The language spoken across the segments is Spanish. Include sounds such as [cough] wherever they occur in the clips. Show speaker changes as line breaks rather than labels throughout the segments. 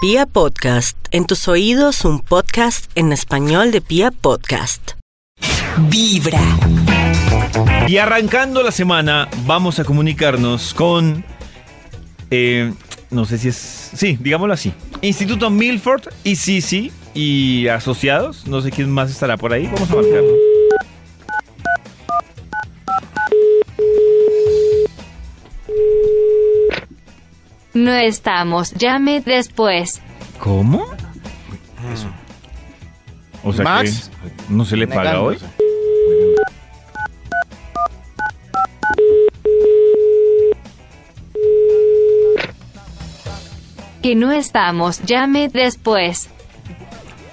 Pia Podcast, en tus oídos un podcast en español de Pia Podcast.
Vibra.
Y arrancando la semana, vamos a comunicarnos con. eh, no sé si es. Sí, digámoslo así. Instituto Milford y Sisi y asociados. No sé quién más estará por ahí. Vamos a marcarlo.
No estamos, llame después.
¿Cómo? O sea
Max.
que no se le paga hoy.
Negándose.
Que no estamos, llame después.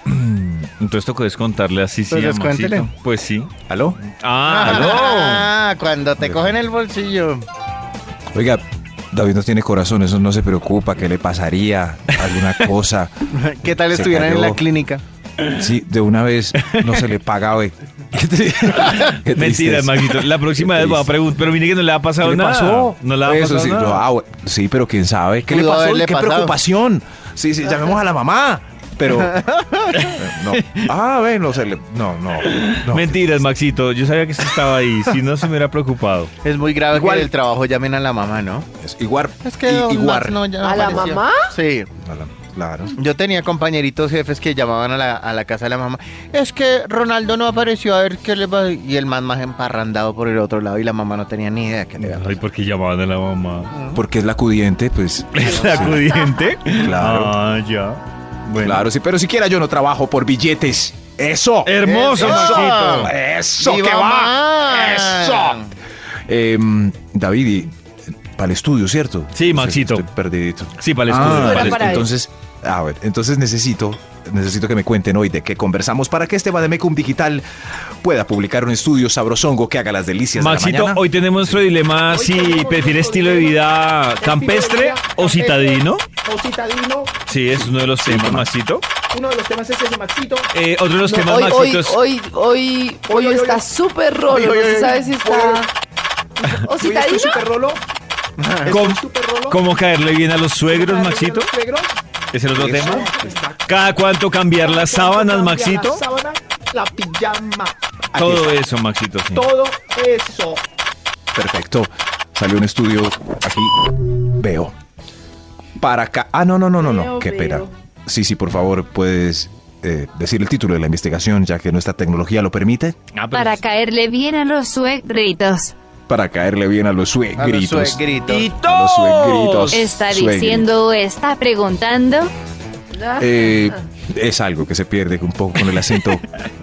Entonces tocó descontarle a Sisi.
Pues
y a Maxito.
descuéntele.
Pues sí.
¿Aló? [laughs]
Ah,
Ah, cuando te cogen el bolsillo. [laughs]
Oiga, David no tiene corazón, eso no se preocupa, ¿qué le pasaría?
[laughs]
¿Alguna cosa?
¿Qué tal
Se
estuvieran en
cayó.
la clínica?
Sí, de una vez no se le paga hoy. Qué tri- qué
aló. Mentira,
tristeza.
Maxito. La próxima
Qué
vez voy a
triste.
preguntar. Pero mire que no le ha pasado
¿Qué le
nada.
pasó?
No le ha
Eso
pasado
sí,
nada.
no, ah, bueno, sí, pero quién sabe. ¿Qué
Pudo
le pasó?
haberle
¿Qué
pasado.
preocupación? Sí, sí, llamemos a la mamá.
[laughs]
Pero. eh, No. Ah, ven, no se le. No, no. no.
Mentiras, Maxito. Yo sabía que usted estaba ahí. Si no, se me hubiera preocupado.
Es muy grave
Igual.
que en el trabajo llamen a la mamá, ¿no?
Es Igual. i-
don
igual.
Max no, ya no
¿A la
apareció.
mamá?
Sí.
A la- Claro.
Yo tenía compañeritos jefes que llamaban a la, a la casa de la mamá. Es que Ronaldo no apareció, a ver qué le va. Y el man más emparrandado por el otro lado y la mamá no tenía ni idea qué le había
Ay,
pasado.
porque llamaban a la
[laughs]
mamá.
Porque es la acudiente, pues.
¿Es acudiente?
Claro.
Ah, ya. Bueno.
Claro, sí, pero siquiera yo no trabajo por billetes. Eso.
Hermoso,
Eso.
Maxito.
Eso
¡Viva
que va.
Max!
Eso. Em, David, y- para el estudio, ¿cierto?
Sí,
O sea,
Maxito.
Estoy perdidito.
Sí, para el estudio.
Ah,
para el
para
estudio.
él.
entonces, a ver, entonces necesito, necesito que me cuenten hoy de qué conversamos para que este Bademecum Digital pueda publicar un estudio sabrosongo que haga las delicias de la
Maxito,
mañana.
hoy tenemos nuestro dilema si prefiere pues, estilo de vida campestre o citadino.
O citadino.
Sí, es uno de los temas, Maxito.
Uno de los temas es ese, Maxito.
Eh, otro de los
No,
temas,
Hoy, hoy,
Maxito, es...
hoy, hoy,
Oye,
hoy
oye,
está
oye.
súper rolo.
Oye,
No
oye,
se
oye.
sabe si [laughs] está. ¿O
Hoy estoy
citadino?
súper rolo.
¿Cómo,
Estoy súper rolo.
cómo caerle bien a los suegros,
Para
Maxito?
los suegros.
Es el otro
Eso.
tema. ¿Cada cuánto cambiar las sábanas,
Cambia
Maxito?
La sábana, la pijama,
Aquí
Todo
está.
eso, Maxito. sí.
todo eso.
Perfecto. Salió un estudio aquí. Veo. Para acá. Ah, no, no, no, no, no.
Veo,
Qué pena.
veo.
Sí, sí, por favor, puedes eh, decir el título de la investigación, ya que nuestra tecnología lo permite,
Ah, pero-
Para caerle bien a los suegritos.
para caerle bien a los
A los
suegritos.
suegritos.
A los suegritos.
Está
Suegritos.
diciendo o está preguntando.
Eh, es algo que se pierde un poco con el acento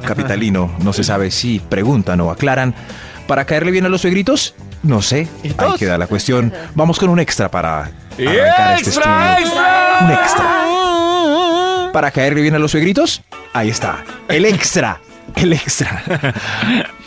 capitalino. No se sabe si preguntan o aclaran. ¿Para caerle bien a los suegritos? No sé. Ahí
Hitos.
queda la cuestión. Vamos con un extra para arrancar este estudio. Un extra. Para caerle bien a los suegritos, ahí está.
[laughs]
El extra. El extra.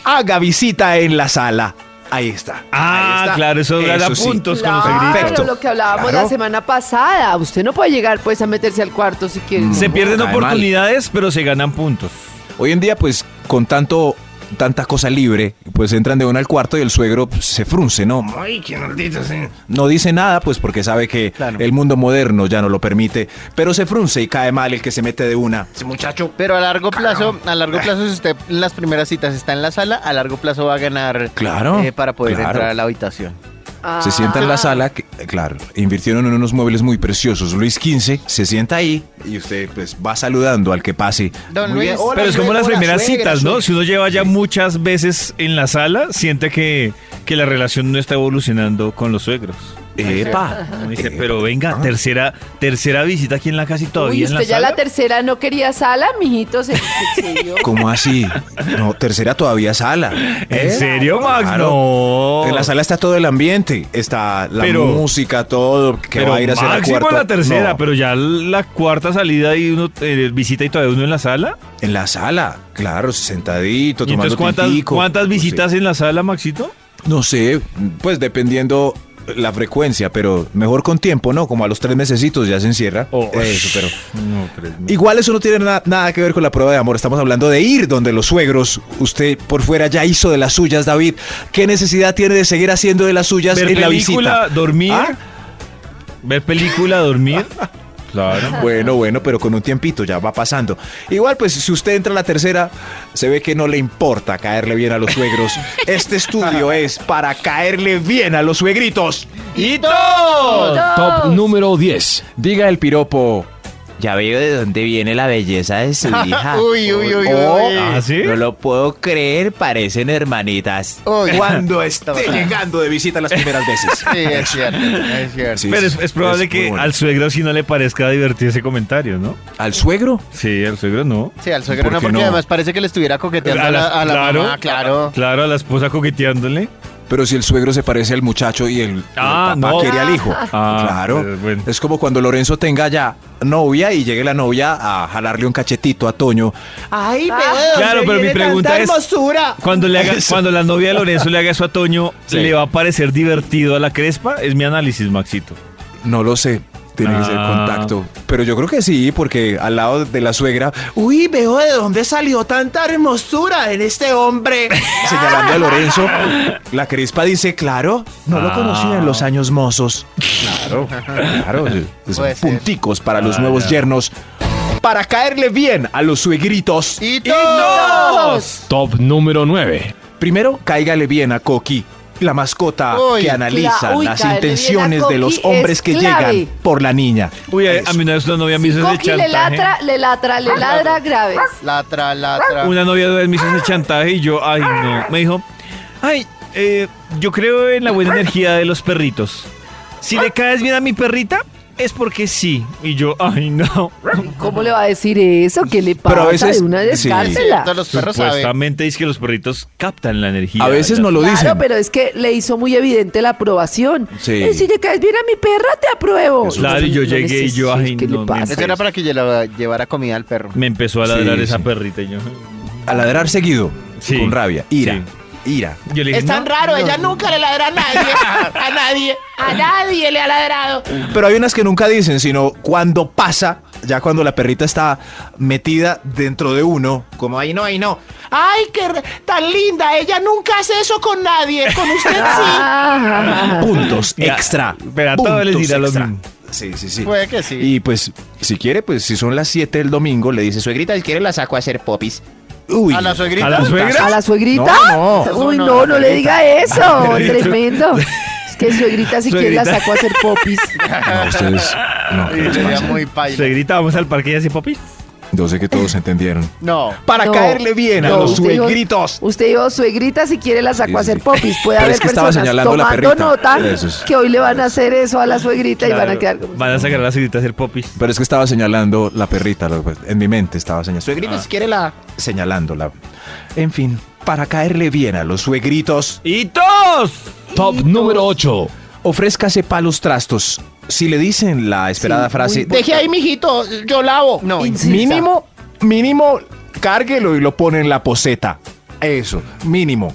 Haga visita en la sala. Ahí está.
Ah,
Ahí está.
claro, eso gana
sí.
puntos con los
Claro,
suegritos.
lo que hablábamos
Claro.
la semana pasada. Usted no puede llegar pues a meterse al cuarto si quiere.
Se pierden
Cae mal.
oportunidades, pero se ganan puntos.
Hoy en día, pues, con tanto tanta cosa libre, pues entran de una al cuarto y el suegro pues, se frunce, ¿no? Ay, qué maldito, sí. No dice nada, pues, porque sabe que
Claro.
el mundo moderno ya no lo permite, pero se frunce y cae mal el que se mete de una.
Pero a largo plazo, a largo
Eh.
plazo, si usted en las primeras citas está en la sala, a largo plazo va a ganar
Claro,
eh, para poder
claro.
entrar a la habitación.
Ah.
Se sienta en la sala, que- claro, invirtieron en unos muebles muy preciosos. Luis XV se sienta ahí y usted, pues, va saludando al que pase.
Don
Muy bien.
Luis.
Hola,
pero es como las
suegra,
primeras
suegra,
citas, ¿no?
suegra.
Si uno lleva ya muchas veces en la sala, siente que, que la relación no está evolucionando con los suegros.
Epa.
Uno dice,
Epa.
pero venga,
Ah.
tercera, tercera visita aquí en la casa y
Uy,
todavía en
usted
la
ya
sala.
la tercera no quería sala, mijito. Se, se-
[laughs]
se dio.
¿Cómo así? No, tercera todavía sala.
¿En
¿Eh?
serio, Max?
Claro.
No.
En la sala está todo el ambiente, está la
Pero-
música, todo, que
pero
va a ir a hacer al
máximo
cuarto.
la tercera,
No,
pero ya la cuarta salida y uno eh, visita y todavía uno en la sala.
En la sala, claro, sentadito,
¿Y
tomando Pues
entonces cuántas,
tintico.
cuántas
No sé.
visitas en la sala, Maxito?
No sé, pues dependiendo la frecuencia, pero mejor con tiempo, ¿no? Como a los tres mesecitos ya se encierra.
Oh.
Eso, pero...
Eh, No, tres mil.
Oh, Igual eso no tiene na- nada que ver con la prueba de amor. Estamos hablando de ir donde los suegros. Usted por fuera ya hizo de las suyas, David. ¿Qué necesidad tiene de seguir haciendo de las suyas
Ver
en la ¿Ah?
película,
visita?
dormir.
¿Ah?
Ver película, dormir. [laughs] Claro.
Bueno, bueno, pero con un tiempito ya va pasando. Igual, pues si usted entra a la tercera, se ve que no le importa caerle bien a
[laughs]
los suegros. Este estudio es para caerle bien a los suegritos. ¡Y todo!
Top número 10.
Diga el piropo.
Ya veo de dónde viene la belleza de
[laughs]
su hija.
Uy, uy, uy, uy.
¿Ah, sí?
No lo puedo creer, parecen hermanitas.
Uy,
[laughs] Cuando esté llegando de visita las primeras veces.
Sí, es cierto, es cierto.
Sí,
Pero es,
sí,
es probable
es muy
que
bueno.
al suegro si no le parezca divertido ese comentario, ¿no?
¿Al suegro?
Sí, al suegro no.
Sí, al suegro
¿Por
no,
qué
porque
no?
además parece que le estuviera coqueteando a la, a la mamá, claro.
Claro, a la esposa coqueteándole.
Pero si el suegro se parece al muchacho y el,
Ah,
el papá
no.
quiere al hijo.
Ah,
claro.
pues, bueno.
Es como cuando Lorenzo tenga ya novia y llegue la novia a jalarle un cachetito a Toño.
Ay,
Claro, pero mi pregunta es-
hermosura.
Cuando, le
[laughs]
haga, cuando la novia de Lorenzo le haga eso a Toño,
Sí.
¿le va a parecer divertido a la crespa? Es mi análisis, Maxito.
No lo sé. Tiene que ser
Ah.
contacto. Pero yo creo que sí, porque al lado de la suegra, uy, veo de dónde salió tanta hermosura en este hombre. Señalando a Lorenzo, la crespa dice, claro, no lo conocía en los años mozos. Claro, claro. [laughs] Son
Puede ser.
punticos para los nuevos yernos. Para caerle bien a los suegritos.
¡Y todos!
Top número 9.
Primero, cáigale bien a Coqui, la mascota
Uy,
que analiza
cla- uy,
las
cáele bien a
intenciones de
Coqui
los
es
novia que
clave.
llegan por la niña. Pues,
Uy, a,
Eso.
a mí una vez una novia me
Si
hizo ese
Coqui le
chantaje.
latra, le latra, le ladra graves.
Latra, latra.
Una novia una vez me hizo ese chantaje y yo, ay, no. Me dijo, ay, eh, yo creo en la buena energía de los perritos. Si le caes bien a mi perrita, es porque sí. Y yo, ay, no.
¿Cómo le va a decir eso? ¿Qué le pasa?
Pero a veces-
de una
sí.
descárcela.
Todos los perros saben.
Supuestamente dice que los perritos captan la energía.
A veces no lo dicen.
Claro, pero es que le hizo muy evidente la aprobación.
Sí.
Eh, si le caes bien a mi perra, te apruebo.
Eso.
Claro, y yo llegué y yo,
necesito,
ay,
¿qué le
no,
pasa?
mientras-
Eso era para que yo la- llevara comida al perro.
Me empezó a ladrar
Sí,
esa
sí.
perrita. Y yo,
A ladrar seguido,
Sí.
con rabia, ira, ira.
yo le dije,
Es tan
"No".
raro, ella nunca le ladra
[laughs]
a nadie. A nadie. A nadie le ha ladrado.
Pero hay unas que nunca dicen, sino cuando pasa, ya cuando la perrita está metida dentro de uno, como ahí no, ahí no.
Ay, qué re- tan linda. Ella nunca hace eso con nadie.
[laughs]
Con usted sí.
Ah,
Puntos
Mira,
extra.
pero a todos les
puntos
dirá lo
extra.
mismo.
Sí, sí, sí.
Puede que sí.
Y pues, si quiere, pues si son las 7 del domingo, le dice suegrita, si quiere la saco a hacer popis. Uy.
¿A la suegrita?
¿A la suegra?
¿A la suegrita?
No,
no.
Uy,
No,
no,
no,
no,
la
le
[laughs]
diga eso. Tremendo. Es que suegrita, si quiere, la
Suegrita.
sacó a hacer popis.
[laughs]
[laughs]
No, ustedes. No, ¿qué les
Sería
pasa?
muy paila.
Suegrita, vamos al parque y así, papi.
Yo sé que todos entendieron.
No.
Para
No,
caerle bien a
no,
los
usted dijo-
suegritos.
Usted dijo, suegrita, si quiere la sacó
Sí,
a hacer
sí.
popis.
Pero
Puede haber
es que estaba
personas
señalando la
tomando
perrita.
nota
Eso es.
que hoy le van a hacer eso a la suegrita y van a quedar como...
Van a sacar a la suegrita a hacer popis.
Pero es que estaba señalando la perrita, lo- pues, en mi mente estaba señalando. Suegrita, si quiere la... Señalándola. En fin, para caerle bien a los suegritos,
¡Y todos!
Top número 8.
ofrézcase palos trastos. Si le dicen la esperada
Sí,
frase,
muy
Deje ahí, mijito. Yo lavo.
No,
"Deje-
insista".
mínimo, mínimo, cárguelo y lo pone en la poseta. Eso, mínimo.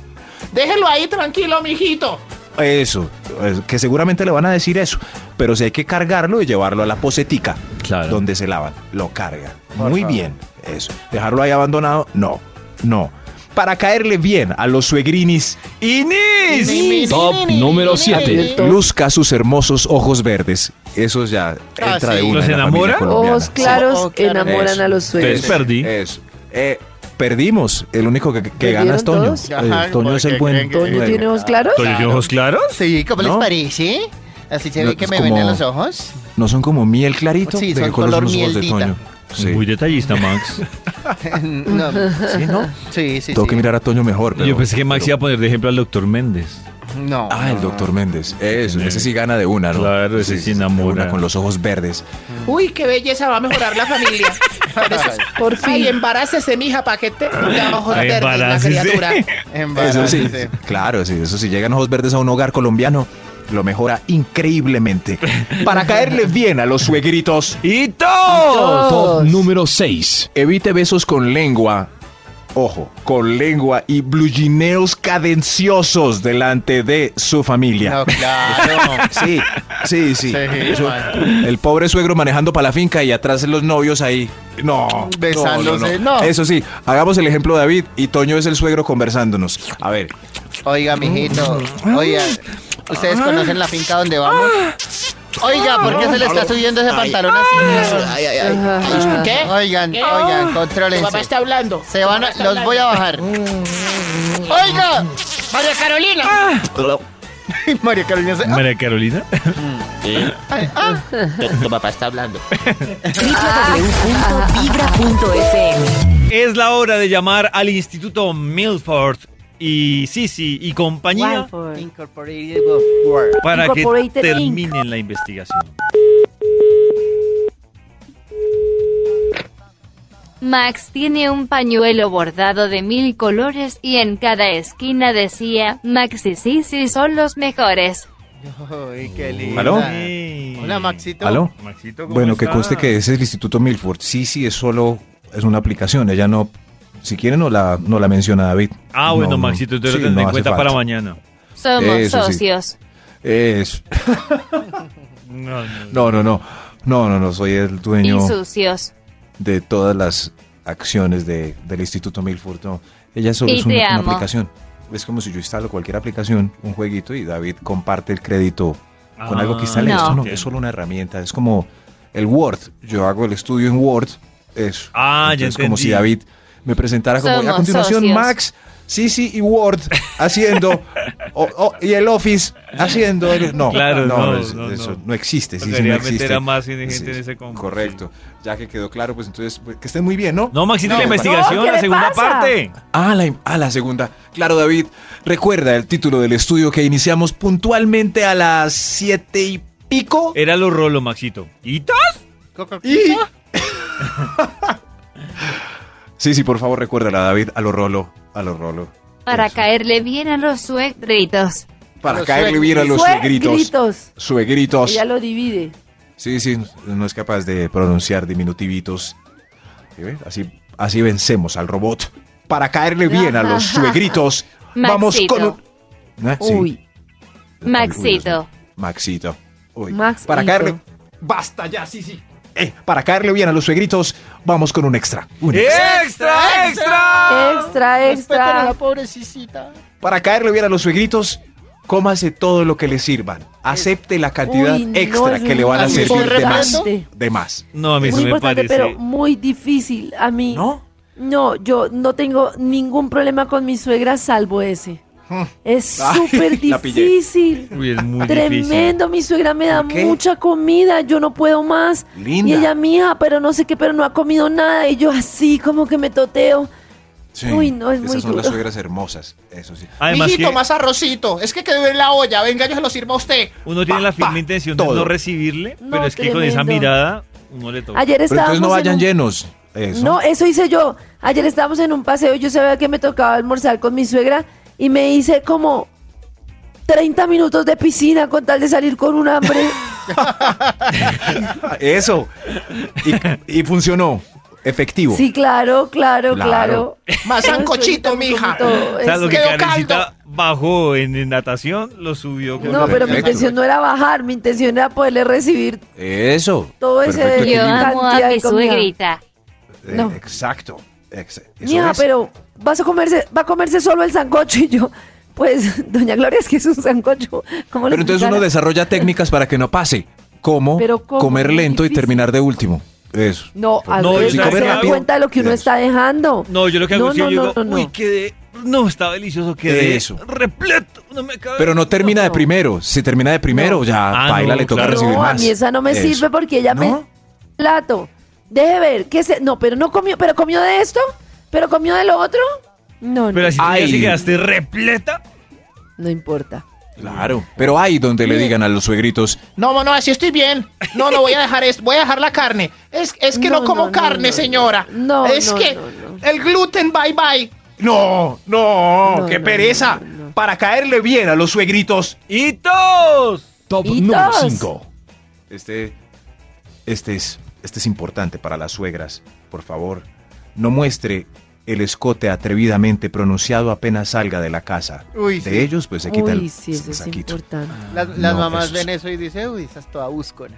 Déjelo ahí tranquilo, mijito.
Eso, eh, que seguramente le van a decir eso, pero si hay que cargarlo y llevarlo a la posetica,
Claro.
donde se lavan, lo carga.
Por
Muy
favor.
bien, eso. Dejarlo ahí abandonado, no, no. Para caerle bien a los suegrinis,
¡Inis!
Top número
Ay,
7.
Todo.
luzca sus hermosos ojos verdes. Eso ya
Ah,
entra
sí.
de una.
¿Los
en la familia
enamora?
colombiana.
Ojos claros
Oh, claro.
enamoran
Eso.
a los suegros.
Entonces perdí.
Eso. Eh, perdimos. El único que, que
¿Perdieron
gana es Toño.
todos?
Eh, Toño es el
porque
buen.
creen que-
¿Toño tiene ojos claros?
¿Toño tiene ojos claros?
Sí, ¿cómo
¿No?
les parece? Así se
No,
ve que
es
me
como-
ven en los ojos.
No son como miel clarito.
Sí,
¿De
son
qué color
color
son los ojos de
mieldita.
Toño? Sí.
Muy detallista, Max.
[laughs] no.
Sí, ¿no?
[laughs] Sí, sí,
Tengo
sí.
que mirar a Toño mejor.
[laughs]
pero-
Yo pensé que Max
pero-
iba a poner de ejemplo al doctor Méndez.
No.
Ah, el doctor Méndez. Eso,
señor.
ese sí gana de una, ¿no?
Claro, ese sí
de
enamora.
una con los ojos verdes.
Uy, qué belleza. Va a mejorar la familia. Por eso es-
Por fin.
Ay, embarácese, mija, pa' que te de ojos
Ay,
verdes, la
embarácese.
criatura.
Eso
Embarándose.
sí. Claro, sí, eso sí. Llegan ojos verdes a un hogar colombiano, lo mejora
[laughs]
increíblemente. Para caerle bien a los suegritos,
[laughs] ¡Y todos!
Top número 6.
evite besos con lengua. Ojo, con lengua y blujineos cadenciosos delante de su familia.
No, claro.
Sí, sí, sí.
Sí,
Eso-
man.
el pobre suegro manejando para la finca y atrás los novios ahí. No.
Besándose, no.
Eso sí, hagamos el ejemplo David y Toño es el suegro conversándonos. A ver. Ah.
Oiga, mijito. Oiga, ¿ustedes conocen la finca donde vamos? Oiga, ¿por qué se le está subiendo ese pantalón así?
Ay, ay, ay.
Ajá.
¿Qué?
Oigan,
¿Qué?
oigan,
Tu papá
contrólense.
está hablando.
Se van a, los voy a bajar. ¡Oiga!
María Carolina.
[laughs] María Carolina se...
María Carolina.
Sí. Tu- Tu papá está hablando.
www.vibra.fm
[laughs] Es la hora de llamar al Instituto Milford y Sisi y compañía
Incorporated of Work.
para que
Incorporated
terminen la investigación.
Max tiene un pañuelo bordado de mil colores y en cada esquina decía, Max y Sisi son los mejores.
Ay, qué lindo.
¿Aló?
Hola, Maxito.
¿Aló?
Maxito, ¿cómo
Bueno, que
está?
conste que ese es el Instituto Milford. Sí, sí, es solo es una aplicación. Ella no, si quiere, no la, no la menciona David.
Ah,
No,
bueno,
no.
Maxito, te lo
Sí,
tendré
no
en
hace
cuenta
falta.
para mañana.
Somos
Eso sí.
socios.
Es-
No, no.
no, no, no. No, no, no. Soy el dueño
Y sucios.
de todas las acciones de- del Instituto Milford. No, ella solo
Y
es una,
te
una
amo.
aplicación. Es como si yo instalo cualquier aplicación, un jueguito, y David comparte el crédito con
Ah,
algo que está
no.
listo. No,
entiendo.
es solo una herramienta. Es como el Word. Yo hago el estudio en Word. Eso.
Ah, ya
Es como
entendí.
si David me presentara como
Somos
a continuación
socios.
Max, Sisi y Word haciendo o- o- y el Office haciendo. el- no,
Claro,
no,
no,
es-
no,
eso
no.
no existe. Sisi,
Sería
no
meter
existe.
a más gente
Sí,
en
sí,
ese combo.
Correcto. Ya que quedó claro, pues entonces pues, que estén muy bien, ¿no?
No, Maxito,
No,
la
no,
investigación,
¿qué
la
le
segunda
pasa?
parte.
Ah, la, ah, la segunda. Claro, David, recuerda el título del estudio que iniciamos puntualmente a las siete y pico.
Era los rolos, Maxito. ¿Y tal?
Y... [laughs] sí, sí, por favor, recuérdala, David, a lo rolo, a lo rolo.
Para
Eso.
caerle bien a los suegritos.
Para
los
caerle bien a los
Suegritos.
suegritos. Suegritos.
Ella lo divide.
Sí, sí, no es capaz de pronunciar diminutivitos. ¿Sí ven? Así, así vencemos al robot. Para caerle bien a los suegritos, vamos
Maxito.
con un... ¿Eh? Sí.
Uy,
Uy, uy,
Maxito.
Maxito. Uy,
Maxito.
Para caerle... Basta ya, sí, sí. Eh, para caerle bien a los suegritos, vamos con un extra. Un extra.
¡Extra, extra!
extra,
Respeten a la
extra.
pobrecita.
Para caerle bien a los suegritos, cómase todo lo que le sirvan. Acepte la cantidad
Uy, no,
extra
eso
que
es
le van a
muy
servir de más.
importante.
De más.
No, a mí
Muy
eso me
importante,
parece.
pero muy difícil. A mí.
¿No?
No, yo no tengo ningún problema con mi suegra salvo ese. Es
Mm. Ay, [laughs]
súper
la pillé.
difícil.
Uy, es muy difícil.
Tremendo, mi suegra me da
¿Por qué?
mucha comida, yo no puedo más.
Linda.
Y ella, mija, pero no sé qué, pero no ha comido nada. Y yo así como que me toteo.
Sí,
Uy, no, es
Esas
muy
son las
duro.
suegras hermosas, eso sí.
Además
Mijito,
que
más arrocito. Es que quedó en la olla. Venga, yo se lo sirvo a usted.
uno tiene la firme intención de
todo.
no recibirle,
No,
pero es que con esa
tremendo.
mirada uno le toca.
Ayer
Pero
estábamos
entonces no
en
vayan
un-
llenos. Eso.
No, eso hice yo. Ayer estábamos en un paseo y yo sabía que me tocaba almorzar con mi suegra y me hice como 30 minutos de piscina con tal de salir con
[laughs]
un hambre.
Ah, Eso. Y, y funcionó. Efectivo.
sí, claro, claro,
Claro.
claro.
Más
Eso es
sancochito,
un
mija.
poquito,
O sea,
es-
lo que
Quedó
Karencita bajó en, en natación, lo subió con
No, pero mi
Perfecto.
intención no era bajar, mi intención era poderle recibir
Eso.
Todo ese
Perfecto
de-
Yo
equilibrio.
linda
amo a
cantidad de
mi
comida.
suegrita.
Eh,
no.
Exacto. Ex- eso
Mija,
es.
pero vas a comerse, va a comerse solo el sancocho y yo, pues, [laughs] doña Gloria, es que es un sancocho. ¿Cómo lo
Pero entonces uno
explicara?
desarrolla técnicas para que no pase. Como
Pero ¿cómo?
comer
Muy
lento y
difícil.
terminar de último. Eso.
No, al
No,
revés,
yo
no
sé
se
que
da
hago-
cuenta de lo que uno
Eso.
está dejando.
No, yo lo que hago
No,
es que yo
no,
digo,
no, no,
uy,
no.
quedé, no, está delicioso, quedé
Eso.
repleto, no me cabe.
Pero no termina de
no.
primero. Si termina de primero, ya
Ah,
baila,
no,
le toca
claro.
recibir
No,
más.
a mí esa no me
Eso.
sirve porque ella me
¿No?
plato. Deje ver, que se no, pero no comió, pero comió de esto, pero comió de lo otro. No,
Pero
no,
así ya
Ay.
se quedaste repleta.
no importa.
Claro. Pero hay donde le digan a los suegritos,
No, no, así estoy bien. No, no voy a dejar esto. Voy a dejar la carne. Es, es que no,
No, no,
como
no,
carne,
no,
señora.
no. No,
Es
no,
que
no, no.
el gluten, bye bye.
No, no,
No,
qué
no,
pereza.
no, no, no.
Para caerle bien a los suegritos.
¡Y todos!
Top
Y
número
dos.
5.
Este, este es, este es importante para las suegras. Por favor, no muestre el escote atrevidamente pronunciado apenas salga de la casa.
Uy,
de
sí.
ellos, pues se quita
Uy,
el
sí, eso es
saquito.
importante.
Las, las
No,
mamás
eso
ven
es-
eso y dicen, uy, esa es toda buscona.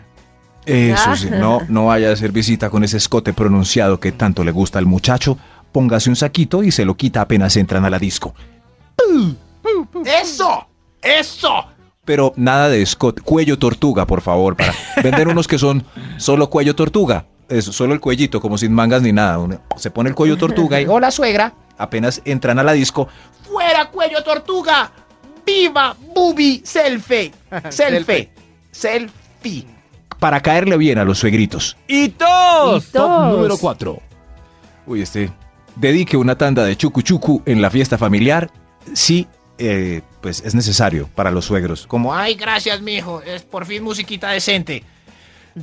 Eso sí,
[laughs]
no, no vaya a hacer visita con ese escote pronunciado que tanto le gusta al muchacho. Póngase un saquito y se lo quita apenas entran a la disco.
¡Eso! ¡Eso!
pero nada de Scott. Cuello tortuga, por favor, para vender unos que son solo cuello tortuga. Eso, solo el cuellito, como sin mangas ni nada. Uno se pone el cuello tortuga y
Hola, suegra.
apenas entran a la disco.
Fuera,
[laughs]
cuello tortuga. Viva, booby, selfie. Selfie. Selfie.
Para caerle bien a los suegritos.
¡Y todos!
Top
Dos.
número 4.
Uy, este. Dedique una tanda de chucu chucu en la fiesta familiar. Sí, eh, pues es necesario para los suegros. Como,
Ay, gracias, mijo. Es por fin musiquita decente.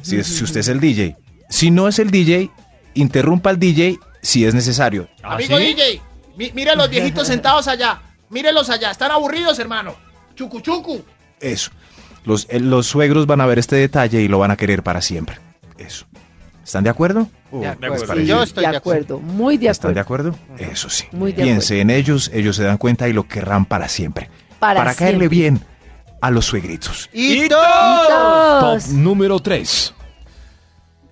Si, es- si usted es el DJ. Si no es el DJ, interrumpa al DJ si es necesario.
¿Ah,
Amigo
sí?
DJ, mi- mire a
[laughs]
los viejitos sentados allá. Mírelos allá. Están aburridos, hermano. Chucu, chucu.
Eso. Los, eh, los suegros van a ver este detalle y lo van a querer para siempre. Eso. ¿Están de acuerdo?
De
¿les
acuerdo.
parece?
Yo estoy
de acuerdo, muy de
¿Están de
acuerdo.
acuerdo? Eso sí.
Muy de
Piense en ellos, ellos se dan cuenta y lo querrán para siempre.
Para
caerle
siempre.
bien a los suegritos.
Y
Top
Dos.
número 3.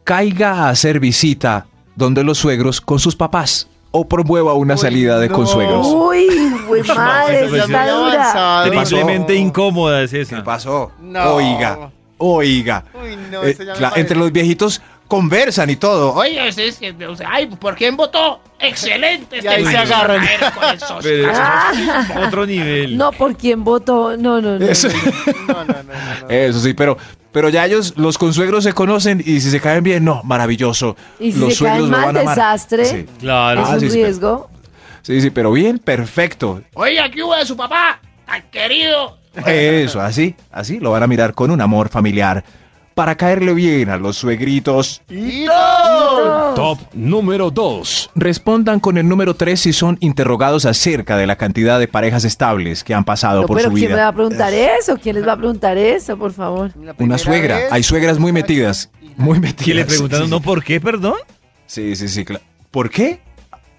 Caiga a hacer visita donde los suegros con sus papás o promueva una
Uy,
salida de
no.
consuegros.
Uy,
[laughs]
güey, madre,
esa
está
versión.
dura.
Terriblemente incómoda es
¿Qué
esa.
pasó?
No.
Oiga, oiga.
Uy, no,
Eh,
eso ya me
cla-
parece.
entre los viejitos conversan y todo. Oye,
Oye, ese es, eh, o sea, ay, ¿por quién votó?
[laughs]
Excelente. este
Y ahí se agarran.
con el socio.
[laughs]
Pero eso
Ah,
es otro nivel.
no, por quién votó. No, no, no.
[laughs] eso,
No, no, no, no, no.
eso sí, pero, pero ya ellos, los consuegros se conocen y si se caen bien, no, maravilloso.
Y si
los
se caen
suegros lo
mal,
van a amar.
desastre.
Sí.
Claro.
Es
Ah,
un
sí, sí.
riesgo.
Sí, sí, pero bien, perfecto.
Oiga, ¿qué hubo de su papá? Tan querido.
Eso, así, así lo van a mirar con un amor familiar para caerle bien a los suegritos.
Y
Dos.
Top número 2.
Respondan con el número 3 si son interrogados acerca de la cantidad de parejas estables que han pasado
No,
por
pero
su
¿quién me va
vida.
a preguntar eso? ¿Quién les va a preguntar eso, por favor?
la primera
Una suegra,
vez-
hay suegras muy metidas, muy metidas.
Que le preguntaron,
Sí,
¿no por qué, perdón?
Sí, sí, sí, claro. ¿Por qué?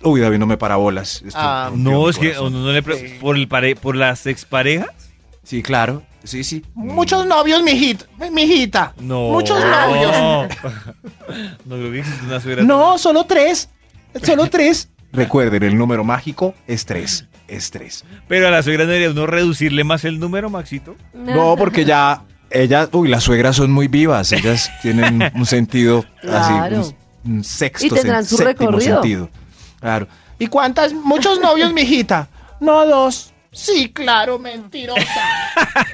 Uy, David, no me parabolas. Esto
Ah,
rompió
No,
mi
es que
corazón.
uno no le pre- por, el pare- por las exparejas.
Sí, claro. Sí, sí.
Muchos novios, mijito, mijita.
No.
[laughs]
Muchos novios.
No creo que exista una suegra.
No, solo tres. Solo tres. Recuerden, el número mágico es tres. Es tres.
Pero a la suegra no debería uno reducirle más el número, Maxito.
Ah.
No, porque ya ellas, uy, las suegras son muy vivas.
[laughs]
Ellas tienen un sentido
Claro.
así, un, un sexto,
Y tendrán
sen-
su
séptimo
recorrido.
sentido. Claro.
¿Y cuántas? Muchos novios, mijita. No dos. Sí,
[laughs]
claro, mentirosa.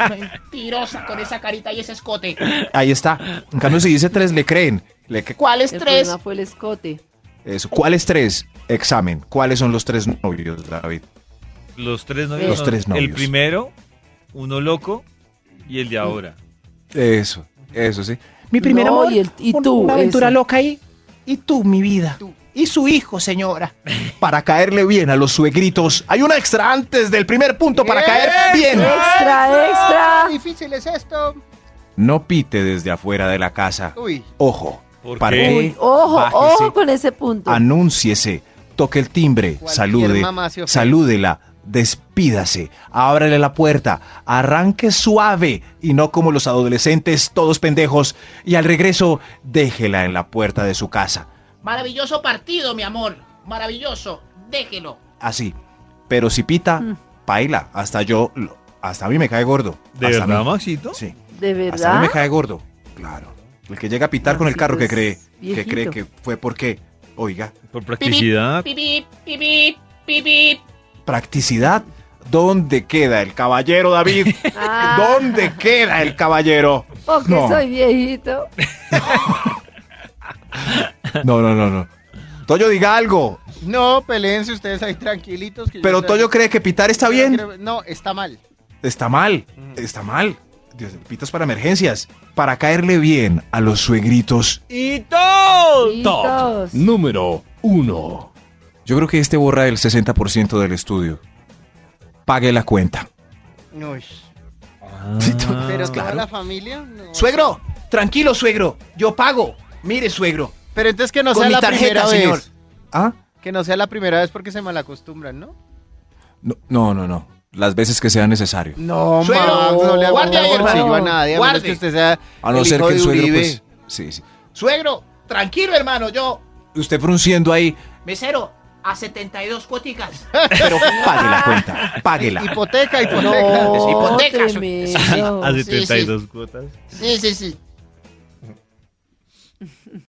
mentirosa con esa carita y ese escote.
Ahí está. En cambio, si dice tres, le creen. Le que-
¿Cuáles
El
pues, tres?
problema fue el escote.
eso. ¿Cuáles tres? Examen. ¿Cuáles son los tres novios, David?
Los tres novios.
Los
son
tres
El
novios. Mm.
primero, uno loco y el de ahora.
Eso, eso sí. Mi
primer No, amor, y el- y un- tú, una aventura eso.
loca ahí.
Y tú, mi vida. Y su hijo, señora.
Para caerle bien a los suegritos. Hay un extra antes del primer punto para caer bien.
Extra, extra.
Qué difícil es esto.
No pite desde afuera de la casa.
Uy.
Ojo.
¿Por
Para
qué?
que
Uy, ojo,
bájese, Ah,
ojo con ese punto.
Anúnciese. Toque el timbre.
Cualquier
Salude.
mamá se ofende.
Salúdela. Despídase. Ábrele la puerta. Arranque suave. Y no como los adolescentes, todos pendejos. Y al regreso, déjela en la puerta de su casa.
Maravilloso partido, mi amor. Maravilloso. Déjelo.
así. Pero si pita,
Mm.
paila. Hasta yo, lo- hasta a mí me cae gordo.
¿De
hasta a
verdad,
mí.
Maxito?
Sí.
¿De
Hasta a mí
verdad?
me cae gordo. Claro. El que llega a pitar con el carro que cree,
Maxito es
que cree
viejito.
que fue porque, oiga,
Por practicidad.
Pipip, pipip, pipip.
practicidad. ¿Dónde queda el caballero,
[laughs]
David?
Ah.
[laughs] ¿Dónde queda el caballero?
Porque
No.
soy viejito.
No, no, no, no. Toyo, diga algo.
No, peleense ustedes ahí tranquilitos. que yo
Pero
tra-
Toyo cree que pitar está bien.
No, está mal.
Está mal,
Mm.
está mal. Dios, pitas para emergencias. Para caerle bien a los suegritos.
Top
Hijitos.
número 1.
Yo creo que este borra el 60% del estudio. Pague la cuenta.
Uy. Ah.
Sí, to- pues
Pero toda
Ah, claro.
la familia. no.
Suegro, tranquilo, suegro. Yo pago. Mire, suegro.
Pero entonces que no
Con
sea
mi
la
tarjeta,
primera
señor.
vez.
¿Ah?
Que no sea la primera vez porque se malacostumbran, ¿no?
No, no, no, no. Las veces que sea necesario.
No,
Suegro,
Max, no le
guarde
aguanta
ahí,
el
hermano.
bolsillo a nadie. A menos
Guarde.
que usted sea
A no
el
ser
hijo
que el
de
suegro,
Uribe.
pues. Sí, sí.
Suegro, tranquilo, hermano. Yo.
Usted frunciendo ahí.
Mesero, a 72 cuoticas.
Pero pague la cuenta, páguela.
Hipoteca, hipoteca.
No,
hipoteca,
[laughs]
eso-
tremendo.
Hace
Sí, sí.
32 cuotas.
Sí, sí, sí.